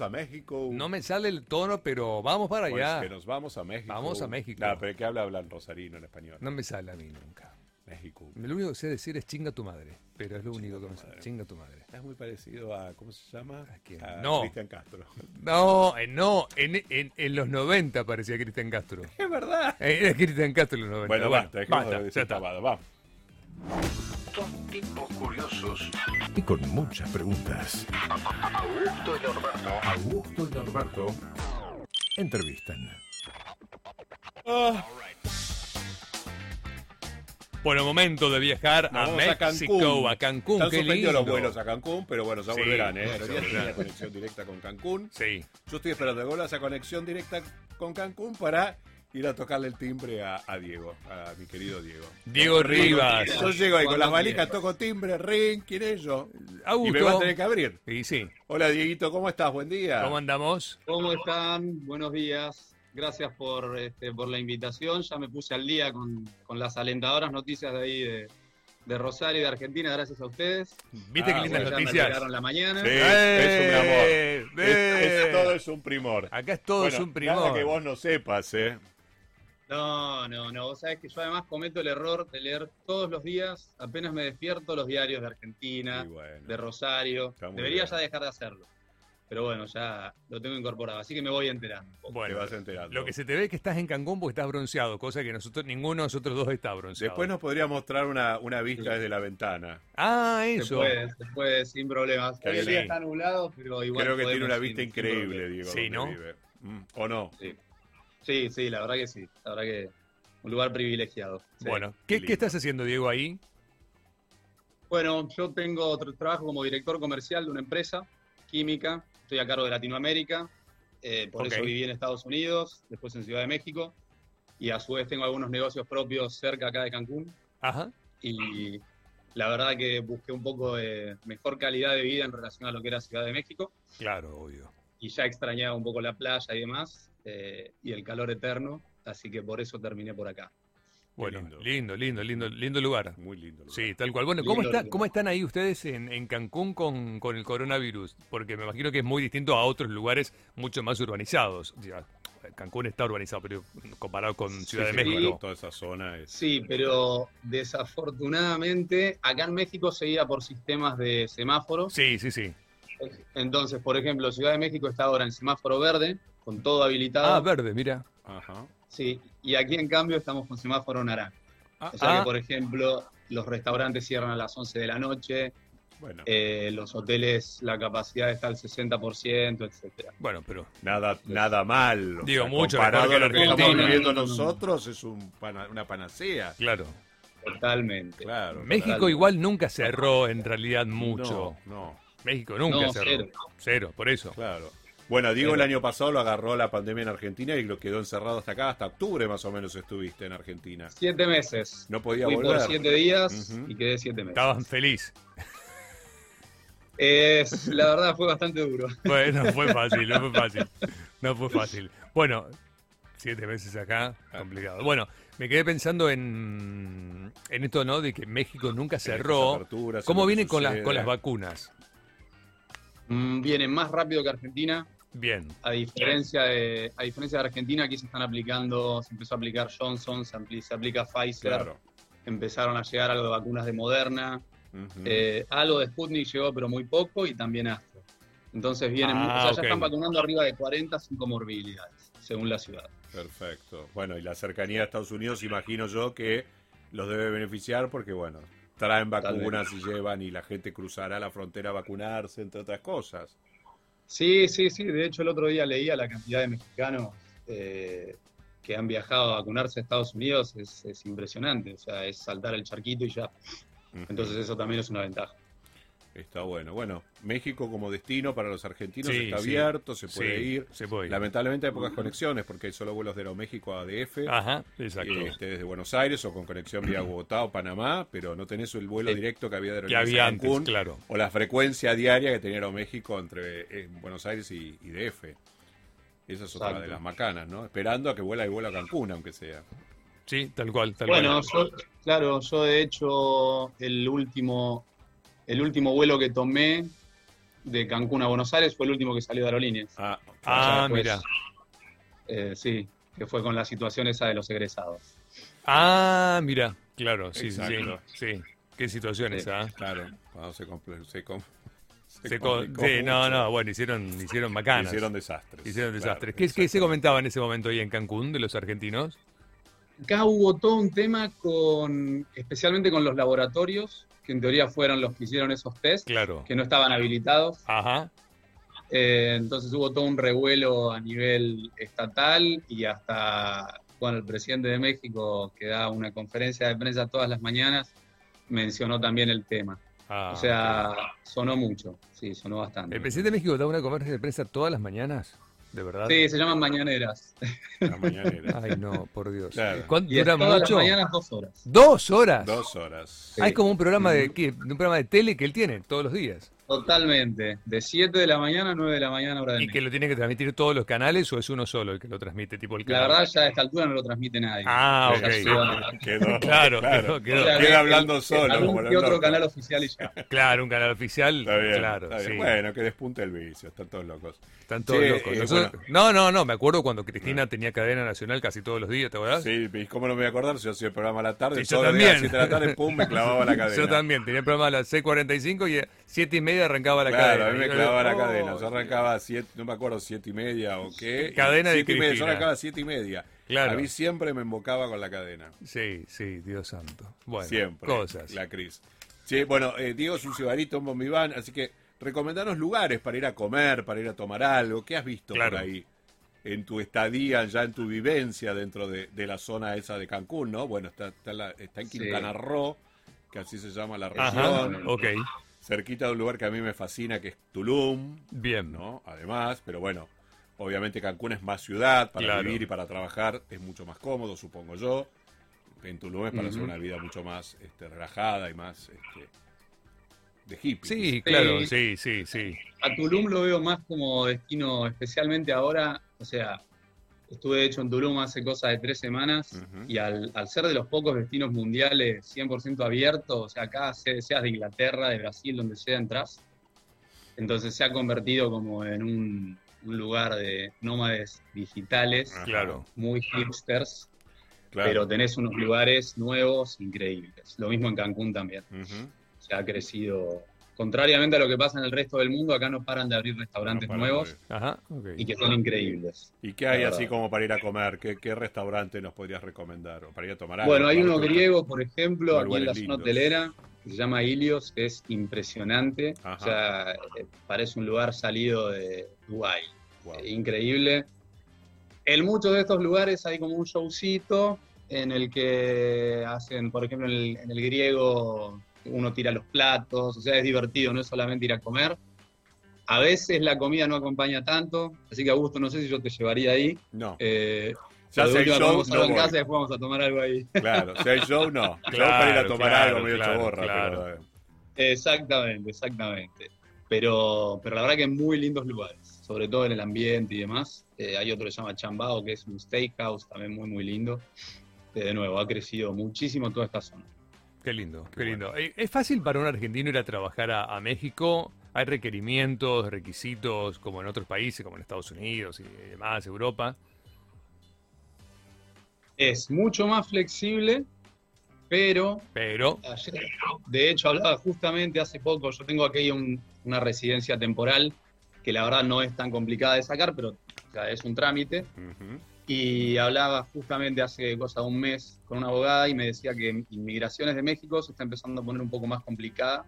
a México. No me sale el tono, pero vamos para Pues allá. que nos vamos a México. Vamos a México. Nah, pero ¿qué habla hablan rosarino en español? No me sale a mí nunca. México. Lo único que sé decir es chinga tu madre, pero es lo único que me sale. Chinga tu madre. Es muy parecido a, ¿cómo se llama? ¿A quién? No. Cristian Castro. No, eh, no, en, en- en los 90 parecía Cristian Castro. Es verdad. Eh, Era Cristian Castro en los 90. Bueno, basta, dejemos de ya decir está. pavada, vamos. Dos tipos curiosos, y con muchas preguntas. Augusto y Norberto. Augusto y Norberto entrevistan. Bueno, momento de viajar Nos a vamos México, a Cancún. Están qué suspendidos lindo. los vuelos a Cancún, pero bueno, ya Sí, volverán, ¿eh? ya Ahora sí volverán. la conexión directa con Cancún. Sí. Yo estoy esperando que vuelva esa conexión directa con Cancún para ir a tocarle el timbre a, a Diego, a mi querido Diego. Diego Rivas. Yo llego ahí con las Cuando valijas, toco timbre, ring, ¿quién es yo? Y me Augusto. va a tener que Ah. abrir. Y sí. Hola Dieguito, ¿cómo estás? Buen día. ¿Cómo andamos? ¿Cómo están? Buenos días. Gracias por, este, por la invitación. Ya me puse al día con, con las alentadoras noticias de ahí de, de Rosario y de Argentina. Gracias a ustedes. ¿Viste Ah, qué bueno, lindas Ya me noticias? pegaron la mañana. Sí, Eh, es un amor. Es- eh. es- todo es un primor. Acá es todo Bueno, es un primor. Nada que vos no sepas, ¿eh? No, no, no. Vos sabés que yo además cometo el error de leer todos los días, apenas me despierto, los diarios de Argentina, Y bueno. de Rosario. Está muy Debería bien. ya dejar de hacerlo. Pero bueno, ya lo tengo incorporado. Así que me voy enterando. un poco. Te Bueno, vas enterando. lo que se te ve es que estás en Cancún porque estás bronceado, cosa que nosotros ninguno de nosotros dos está bronceado. Después nos podría mostrar una, una vista desde la ventana. Ah, Se eso. puede, se puede, sin problemas. Qué Hoy el día bien. está nublado, pero igual. Creo que podemos tiene una sin- vista sin increíble, problema. Diego. Sí, donde ¿no? vive. Mm, ¿O no? Sí, sí, la verdad que sí. La verdad que un lugar privilegiado. Sí. Bueno, qué ¿qué, lindo. qué estás haciendo, Diego, ahí? Bueno, yo tengo otro trabajo como director comercial de una empresa química. Estoy a cargo de Latinoamérica. eh, por Ok. eso viví en Estados Unidos, después en Ciudad de México. Y a su vez tengo algunos negocios propios cerca acá de Cancún. Ajá. y la verdad que busqué un poco de mejor calidad de vida en relación a lo que era Ciudad de México Claro, obvio. y ya extrañaba un poco la playa y demás eh, y el calor eterno, así que por eso terminé por acá. Bueno, lindo. lindo, lindo, lindo, lindo lugar. Muy lindo. lugar. Sí, tal cual. Bueno, ¿cómo, Lindo está- lugar. ¿cómo están ahí ustedes en, en Cancún con, con el coronavirus? Porque me imagino que es muy distinto a otros lugares mucho más urbanizados. Ya, Cancún está urbanizado, pero comparado con Ciudad Sí, de bueno, México. toda esa zona es. Sí, pero desafortunadamente acá en México se guía por sistemas de semáforos. Sí, sí, sí. Entonces, por ejemplo, Ciudad de México está ahora en semáforo verde, con todo habilitado. Ah, verde, mira. Ajá. Sí, y aquí en cambio estamos con semáforo naranja. Ah, O sea ah, que, por ejemplo, los restaurantes cierran a las 11 de la noche, Bueno, eh, los hoteles la capacidad está al 60%, etcétera. Bueno, pero nada, nada mal. o Digo, sea, mucho comparado mejor que a lo que la estamos Argentina. viviendo No, no, no. nosotros, es un pana- una panacea. claro. Totalmente. Claro. México Total. igual nunca cerró en realidad mucho. No, no, México nunca No, cerró. cero. Cero, por eso. claro. Bueno, Diego el Pero- año pasado lo agarró la pandemia en Argentina y lo quedó encerrado hasta acá, hasta octubre más o menos estuviste en Argentina. Siete meses. No podía Fui por volver. siete días Ujú. y quedé siete meses. Estaban feliz. Es, la verdad fue bastante duro. Bueno, no fue fácil, no fue fácil. No fue fácil. Bueno, siete meses acá, complicado. Bueno, me quedé pensando en, en esto, ¿no? De que México nunca En estas cerró. aperturas, en ¿Cómo lo que viene con las, sucede. con las vacunas? Mm, Vienen más rápido que Argentina. Bien, A diferencia de, a diferencia de Argentina, aquí se están aplicando, se empezó a aplicar Johnson, se, ampli- se aplica Pfizer, Claro. empezaron a llegar algo de vacunas de Moderna, Mm. Ujú. Eh, algo de Sputnik llegó, pero muy poco, y también Astra. Entonces vienen, Ah, o sea, ok. ya están vacunando arriba de 40 sin comorbilidades, según la ciudad. Perfecto. Bueno, y la cercanía a Estados Unidos, imagino yo que los debe beneficiar porque, bueno, traen vacunas y llevan y la gente cruzará la frontera a vacunarse, entre otras cosas. Sí, sí, sí. De hecho, el otro día leía la cantidad de mexicanos eh, que han viajado a vacunarse a Estados Unidos. Es, es impresionante. O sea, es saltar el charquito y ya. Ujú. Entonces, eso también es una ventaja. Está bueno. Bueno, México como destino para los argentinos Sí, está sí. abierto, se sí, puede ir. se puede. ir. Lamentablemente hay pocas conexiones porque hay solo vuelos de Aeroméxico a ADF. Ajá, Ah, exacto. este, desde Buenos Aires o con conexión vía Bogotá o Panamá, pero no tenés el vuelo Sí. directo que había de que Aerolíneas había a antes, Cancún, claro. o la frecuencia diaria que tenía Aeroméxico entre eh, Buenos Aires y, y DF. Esa es otra Exacto. de las macanas, ¿no? Esperando a que vuela el vuelo a Cancún, aunque sea. Sí, tal cual, tal Bueno, cual. yo, claro, yo de hecho, el último, el último vuelo que tomé de Cancún a Buenos Aires fue el último que salió de aerolíneas. Ah, Ah, Ya, pues. mira. Eh, sí, que fue con la situación esa de los egresados. Ah, mira. Claro, sí, sí, Exacto. sí. Sí. Qué situaciones, Sí. ¿ah? claro, cuando se compl- se com- se Se co- complicó sí, no, mucho. no, bueno, hicieron, hicieron macanas. Hicieron desastres. Hicieron desastres. Claro, ¿Qué, qué se exacto. comentaba en ese momento ahí en Cancún de los argentinos? Acá hubo todo un tema con, especialmente con los laboratorios, que en teoría fueron los que hicieron esos test, Claro. que no estaban habilitados. Ajá. Eh, entonces hubo todo un revuelo a nivel estatal y hasta, bueno, el presidente de México, que da una conferencia de prensa todas las mañanas, mencionó también el tema. Ah, o sea, sonó mucho, sí, sonó bastante. ¿El presidente de México da una conferencia de prensa todas las mañanas? ¿De verdad? Sí, se llaman mañaneras. La mañanera. Ay, no, por Dios. Claro. ¿Cuánto Y es dura todas las mucho? mañanas dos horas. Dos horas. Dos horas. Sí. Ah, es como un programa de ¿qué? un programa de tele que él tiene todos los días. Totalmente. De 7 de la mañana a 9 de la mañana, hora de ¿Y que lo tiene que transmitir todos los canales o es uno solo el que lo transmite? Tipo el La canal. verdad, ya a esta altura no lo transmite nadie. Ah, Sí, sí, ok. Claro. Quedó, Claro, quedó, O quedó. sea, Queda que- hablando que- solo, algún como los que otro locos. canal oficial y ya. Claro, un canal oficial. Está bien, claro, está bien. sí. Bueno, que despunte el vicio, están todos locos. Están todos Sí, locos. eh, Nosotros- bueno. No, no, no. Me acuerdo cuando Cristina tenía cadena nacional casi todos los días, ¿te acuerdas? Sí, ¿y cómo no me voy a acordar si yo hacía el programa a la tarde? Sí, yo todos los días A las también. 7 de la tarde, pum, me clavaba la cadena. Yo también. Tenía el programa a las 6.45 y a 7 y media arrancaba la claro, cadena. a mí Y me yo- clavaba la oh, cadena. Yo arrancaba a siete, no me acuerdo, siete y media o qué. Cadena de siete y media, Yo Cristina. arrancaba a siete y media. Claro. A mí siempre me embocaba con la cadena. Sí, sí, Dios santo. Bueno, siempre. cosas. La Cris. Sí, bueno, eh, Diego es un cibarito, un bombiván, así que recomendanos lugares para ir a comer, para ir a tomar algo. ¿Qué has visto Claro. por ahí? En tu estadía, ya en tu vivencia dentro de, de la zona esa de Cancún, ¿no? Bueno, está, está, la- está en Sí. Quintana Roo, que así se llama la Ajá, región, ok, cerquita de un lugar que a mí me fascina, que es Tulum, bien. ¿no? Además, pero bueno, obviamente Cancún es más ciudad, para Claro. vivir y para trabajar es mucho más cómodo, supongo yo. En Tulum es para hacer Ujú. una vida mucho más este, relajada y más este, de hippie. Sí, claro, sí, sí, sí. A Tulum lo veo más como destino, especialmente ahora. O sea, estuve de hecho en Tulum hace cosa de tres semanas Ujú. y al, al ser de los pocos destinos mundiales 100% abiertos, o sea, acá se- seas de Inglaterra, de Brasil, donde sea, entras. Entonces se ha convertido como en un, un lugar de nómades digitales, Ajá, Claro. muy hipsters. Ah. claro. pero tenés unos lugares nuevos increíbles. Lo mismo en Cancún también. Ujú. Se ha crecido. Contrariamente a lo que pasa en el resto del mundo, acá no paran de abrir restaurantes No, para nuevos morir. Ajá, ok. y que son increíbles. ¿Y qué hay La así verdad. como para ir a comer? ¿Qué, qué restaurante nos podrías recomendar? ¿O para ir a tomar algo? Bueno, hay Para uno comer. griego, por ejemplo, Son aquí en la lugares zona lindos. hotelera, que se llama Ilios, que es impresionante. Ajá. O sea, eh, parece un lugar salido de Dubái. Guau. Eh, increíble. En muchos de estos lugares hay como un showcito en el que hacen, por ejemplo, en el, en el griego uno tira los platos, o sea, es divertido, no es solamente ir a comer. A veces la comida no acompaña tanto, así que Augusto, no sé si yo te llevaría ahí. No, Eh, ya pero si hay de última show, comemos algo no en voy. casa y después vamos a tomar algo ahí. Claro, si hay show, no. Claro, para ir a Claro, tomar claro, algo medio claro, chaborra, claro. pero, eh, Exactamente, exactamente. Pero, pero la verdad que muy lindos lugares, sobre todo en el ambiente y demás. Eh, hay otro que se llama Chambao, que es un steakhouse también muy, muy lindo. Eh, de nuevo, ha crecido muchísimo toda esta zona. Qué lindo, qué, lindo. Eh, ¿Es fácil para un argentino ir a trabajar a, a México? ¿Hay requerimientos, requisitos, como en otros países, como en Estados Unidos y demás, Europa? Es mucho más flexible, pero Pero, ayer, de hecho, hablaba justamente hace poco, yo tengo aquí un- una residencia temporal, que la verdad no es tan complicada de sacar, pero o sea, es un trámite. ujú. Y hablaba justamente hace cosa de un mes con una abogada y me decía que inmigraciones de México se está empezando a poner un poco más complicada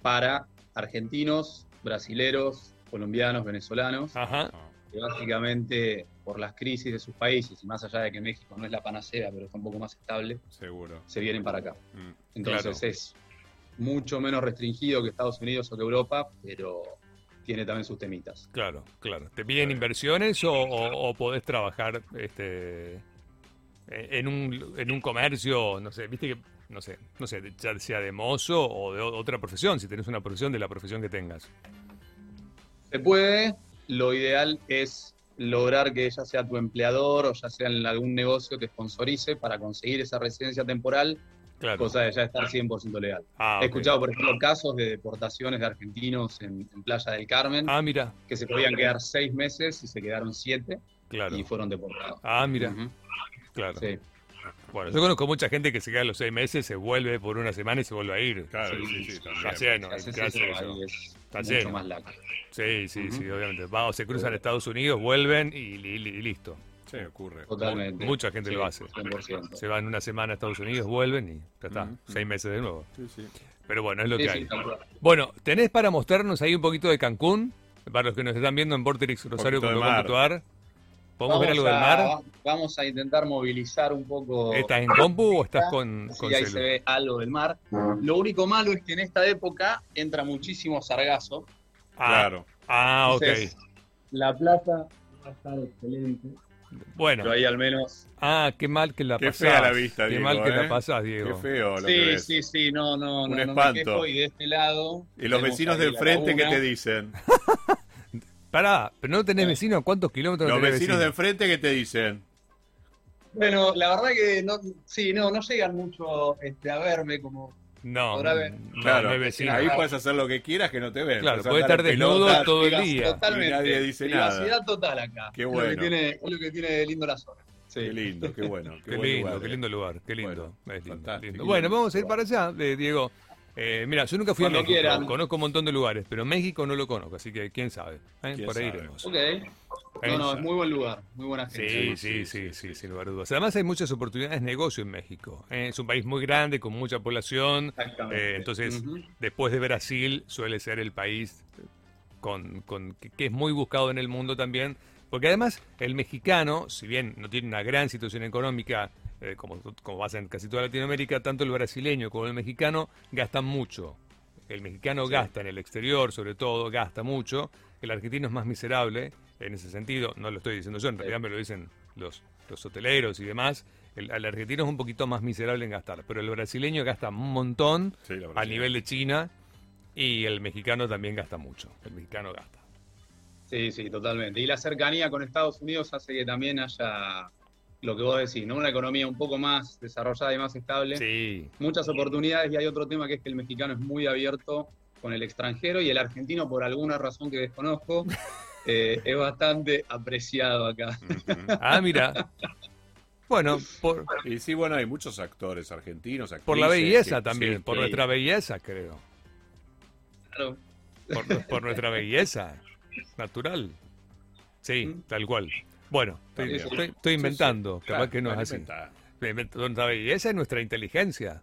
para argentinos, brasileros, colombianos, venezolanos, ajá, que básicamente por las crisis de sus países, y más allá de que México no es la panacea, pero está un poco más estable, Seguro. se vienen para acá. Mm. Entonces Claro. es mucho menos restringido que Estados Unidos o que Europa, pero tiene también sus temitas. claro, claro. ¿Te piden inversiones o, o- o podés trabajar este, eh, en, un, en un comercio, no sé, viste que, no sé, no sé, ya sea de mozo o de o- otra profesión, si tenés una profesión, de la profesión que tengas? Se puede, lo ideal es lograr que ya sea tu empleador o ya sea en algún negocio te sponsorice para conseguir esa residencia temporal Claro. cosa de ya estar 100% legal. Ah, He ok. escuchado, por ejemplo, casos de deportaciones de argentinos en, en Playa del Carmen, Ah, mira, que se podían quedar seis meses y se quedaron siete claro. y fueron deportados. Ah, mira, Ujú, claro. sí. Bueno, yo conozco mucha gente que se queda a los seis meses, se vuelve por una semana y se vuelve a ir. Claro, Sí, sí, sí, también. Ya sea, no, Haces ¿qué hace eso, eso? ahí es Está mucho lleno. más laxo. Sí, sí, Ujú. sí, obviamente. Va, o se cruzan Sí. a Estados Unidos, vuelven y, y- y listo. Sí, ocurre. Totalmente. Mucha gente Sí, lo hace. 100%. Se van una semana a Estados Unidos, vuelven y ya está. Ujú. Seis meses de nuevo. Sí, sí. Pero bueno, es lo Sí, que sí, hay. tal cual. Bueno, tenés para mostrarnos ahí un poquito de Cancún, para los que nos están viendo en Poquito vorterixrosario.com.ar. ¿Podemos Vamos ver algo a- del mar? Vamos a intentar movilizar un poco. ¿Estás en compu o estás con, Sí, con ahí celu? se ve algo del mar. Lo único malo es que en esta época entra muchísimo sargazo. Ah, Claro. ah, ok. Entonces, La plata va a estar excelente. Bueno, Pero ahí al menos. ah, qué mal que la Qué pasás. fea la vista, Qué Diego, mal que ¿eh? la pasás, Qué Diego. feo lo que Sí, ves. sí, sí, no, no, Un no, no me espanto. quejo. Y de este lado. Y los tenemos vecinos ahí del la frente, ¿qué laguna. te dicen? Pará, pero no tenés vecinos, ¿cuántos kilómetros Los tenés vecinos del frente, ¿qué te dicen? Bueno, la verdad que no, sí, no, no llegan mucho este, a verme como. No, Ahora ve- no, Claro, no hay vecinos. ahí puedes hacer lo que quieras que no te ven. Claro, Puedes puede andar estar en desnudo pelotas. todo el Priva- día. Totalmente. Y nadie dice nada. Privacidad total acá. Qué Es Lo que bueno. tiene, es lo que tiene lindo la zona. Sí. Qué lindo, qué bueno. Qué, Qué, buen lindo, lugar, qué eh. lindo lugar, qué lindo. Bueno, es lindo, fantástico. lindo. Bueno, vamos a ir para allá, eh, Diego. Eh, mira, yo nunca fui Cuando a México, quieran. conozco un montón de lugares, pero México no lo conozco, así que quién sabe. eh, ¿Quién por ahí sabe? iremos. Ok. Eh, No, no, es muy buen lugar. Muy buena gente. Sí, sí, sí, sí, sin lugar a dudas. Además hay muchas oportunidades de negocio en México. eh, es un país muy grande, con mucha población. Exactamente. eh, entonces, Ujú. después de Brasil, suele ser el país con, con- que, que es muy buscado en el mundo también. Porque además, el mexicano, si bien no tiene una gran situación económica, eh, como, como pasa en casi toda Latinoamérica, tanto el brasileño como el mexicano gastan mucho. El mexicano gasta en el exterior, sobre todo, gasta mucho. El argentino es más miserable en ese sentido. No lo estoy diciendo yo, en realidad me lo dicen los, los hoteleros y demás. El, el argentino es un poquito más miserable en gastar, pero el brasileño gasta un montón Sí, la verdad a sí. nivel de China y el mexicano también gasta mucho. El mexicano gasta. Sí, sí, totalmente. Y la cercanía con Estados Unidos hace que también haya lo que vos decís, ¿no? Una economía un poco más desarrollada y más estable. Sí, Muchas oportunidades y hay otro tema que es que el mexicano es muy abierto con el extranjero y el argentino, por alguna razón que desconozco, eh, es bastante apreciado acá. Mm. Ujú. Ah, mira. Bueno, por, Y sí, bueno, hay muchos actores argentinos, por la actrices belleza que- también, sí, por sí. nuestra belleza, creo. Claro. Por, por nuestra belleza natural. Sí, tal cual. Bueno, estoy, También. estoy- estoy Mm. Sí, inventando, sí. capaz Claro, que no es claro, así. inventá. Invento- Nuestra belleza es nuestra inteligencia.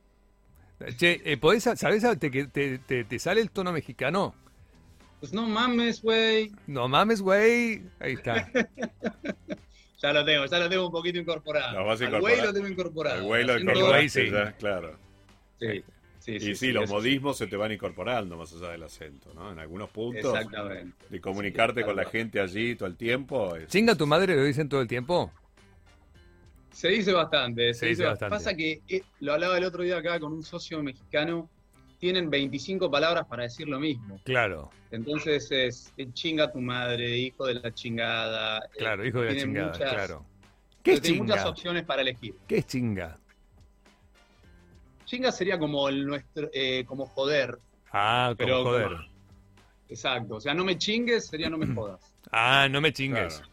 Che, eh, podés- ¿sabés? a- Te, que te- te- te sale el tono mexicano. Pues no mames, güey. No mames, güey. Ahí está. Ya lo tengo, ya lo tengo un poquito incorporado. Lo vas a Al incorporar. güey lo tengo incorporado. El güey lo Siento- incorporaste, Igual sí. ya, claro. Sí, sí, Y sí, sí, sí, los eso modismos se te van incorporando más allá del acento, ¿no? En algunos puntos Exactamente. de comunicarte Sí, con la claro. gente allí todo el tiempo. es- Chinga tu madre, lo dicen todo el tiempo. Se dice bastante, se, Se dice dice bastante. Pasa bastante. que eh, lo hablaba el otro día acá con un socio mexicano, tienen 25 palabras para decir lo mismo. Claro, Entonces es eh, chinga tu madre, hijo de la chingada. eh, claro, hijo de la tienen chingada, muchas- claro. ¿Qué es tienen muchas chinga? opciones para elegir. ¿Qué es chinga? Chinga sería como el nuestro, eh, como joder. Ah, como Pero- joder. Exacto. O sea, no me chingues sería no me jodas. Ah, no me chingues. Claro.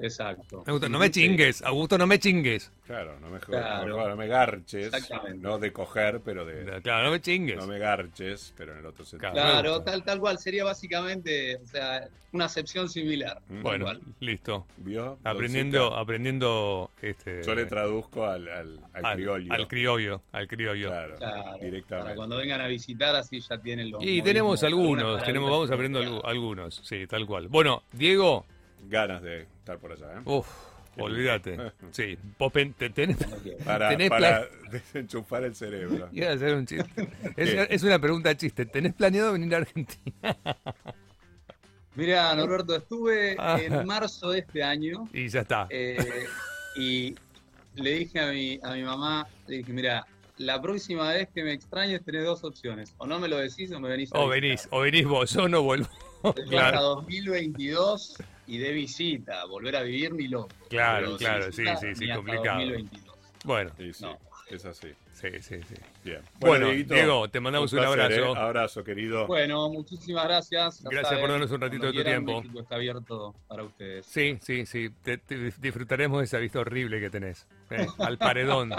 Exacto. Augusto, no me chingues, Augusto, no me chingues. Claro, no me, jodas, Claro. no me jodas, no me garches, Exactamente. no de coger, pero de Claro, no me chingues. no me garches, pero en el otro sentido. Claro. Claro, tal, tal cual. Sería básicamente, o sea, una acepción similar. Mm. Bueno, Tal cual. listo. ¿Vio? Aprendiendo, aprendiendo este Doncita? Yo le traduzco al, al, al al, criollo. al criollo, al criollo. Claro, Claro, Para directamente. cuando vengan a visitar, así ya tienen los. Y modismos, tenemos algunos, algunas tenemos, vamos palabras abriendo incorporadas. algu- algunos, sí, tal cual. Bueno, Diego, Ganas de estar por allá, ¿eh? uff, olvídate. Sí, vos pen- te- tenés, Para, tenés para desenchufar el cerebro. Iba a hacer un chiste. Es, ¿Qué? es una pregunta chiste. ¿Tenés planeado venir a Argentina? Mira, Norberto, estuve Ah. en marzo de este año Y ya está. eh, y le dije a mi, a mi mamá, le dije, mira, la próxima vez que me extrañes tenés dos opciones, o no me lo decís o me venís a O visitar. venís, o venís vos, yo no vuelvo. Te vas a claro, 2022 y de visita, volver a vivir ni loco. Claro, Pero sin claro, sí, visita, sí, sí, ni hasta complicado. 2022. bueno. Sí, sí. No. Es así. Sí, sí, sí. Bien. Bueno, Dieguito, Diego, te mandamos un placer, abrazo. ¿eh? Abrazo, querido. Bueno, muchísimas gracias. Ya Gracias por darnos un ratito cuando de tu quieran, tiempo. México está abierto para ustedes. Sí, sí, sí. Te- te- disfrutaremos de esa vista horrible que tenés. eh, al paredón.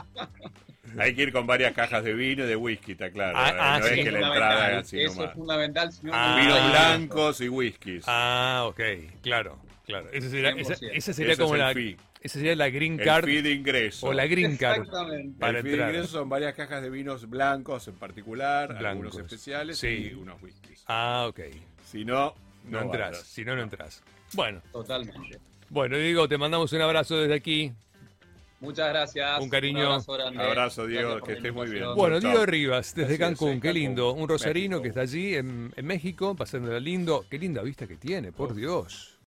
Hay que ir con varias cajas de vino y de whisky, está claro. Ah, ¿eh? ah, no sí. es que la Fundamental, entrada es así Eso nomás. es fundamental. Si no, Ah. no Vinos hay- blancos y whiskies. Ah, ok. Claro, claro. Esa sería, esa, 100%. esa sería Ese como es el la, fee. esa sería la green el card fee de ingreso. o la green card. Exactamente. para el fee entrar. de ingreso son varias cajas de vinos blancos en particular, algunos Blancos. especiales Sí. y unos whiskies. Ah, ok. Si no, No, no, entras. vayas. Si no, no entras. Bueno, Totalmente. bueno, Diego, te mandamos un abrazo desde aquí. Muchas gracias. Un cariño. abrazo grande. Abrazo, Diego, Gracias por que la estés muy bien. invitación. Bueno, Chao. Diego Rivas, desde Así es, Cancún, en qué Cancún, lindo. Un rosarino México. que está allí en, en México, pasándola lindo. Qué linda vista que tiene, por Dios.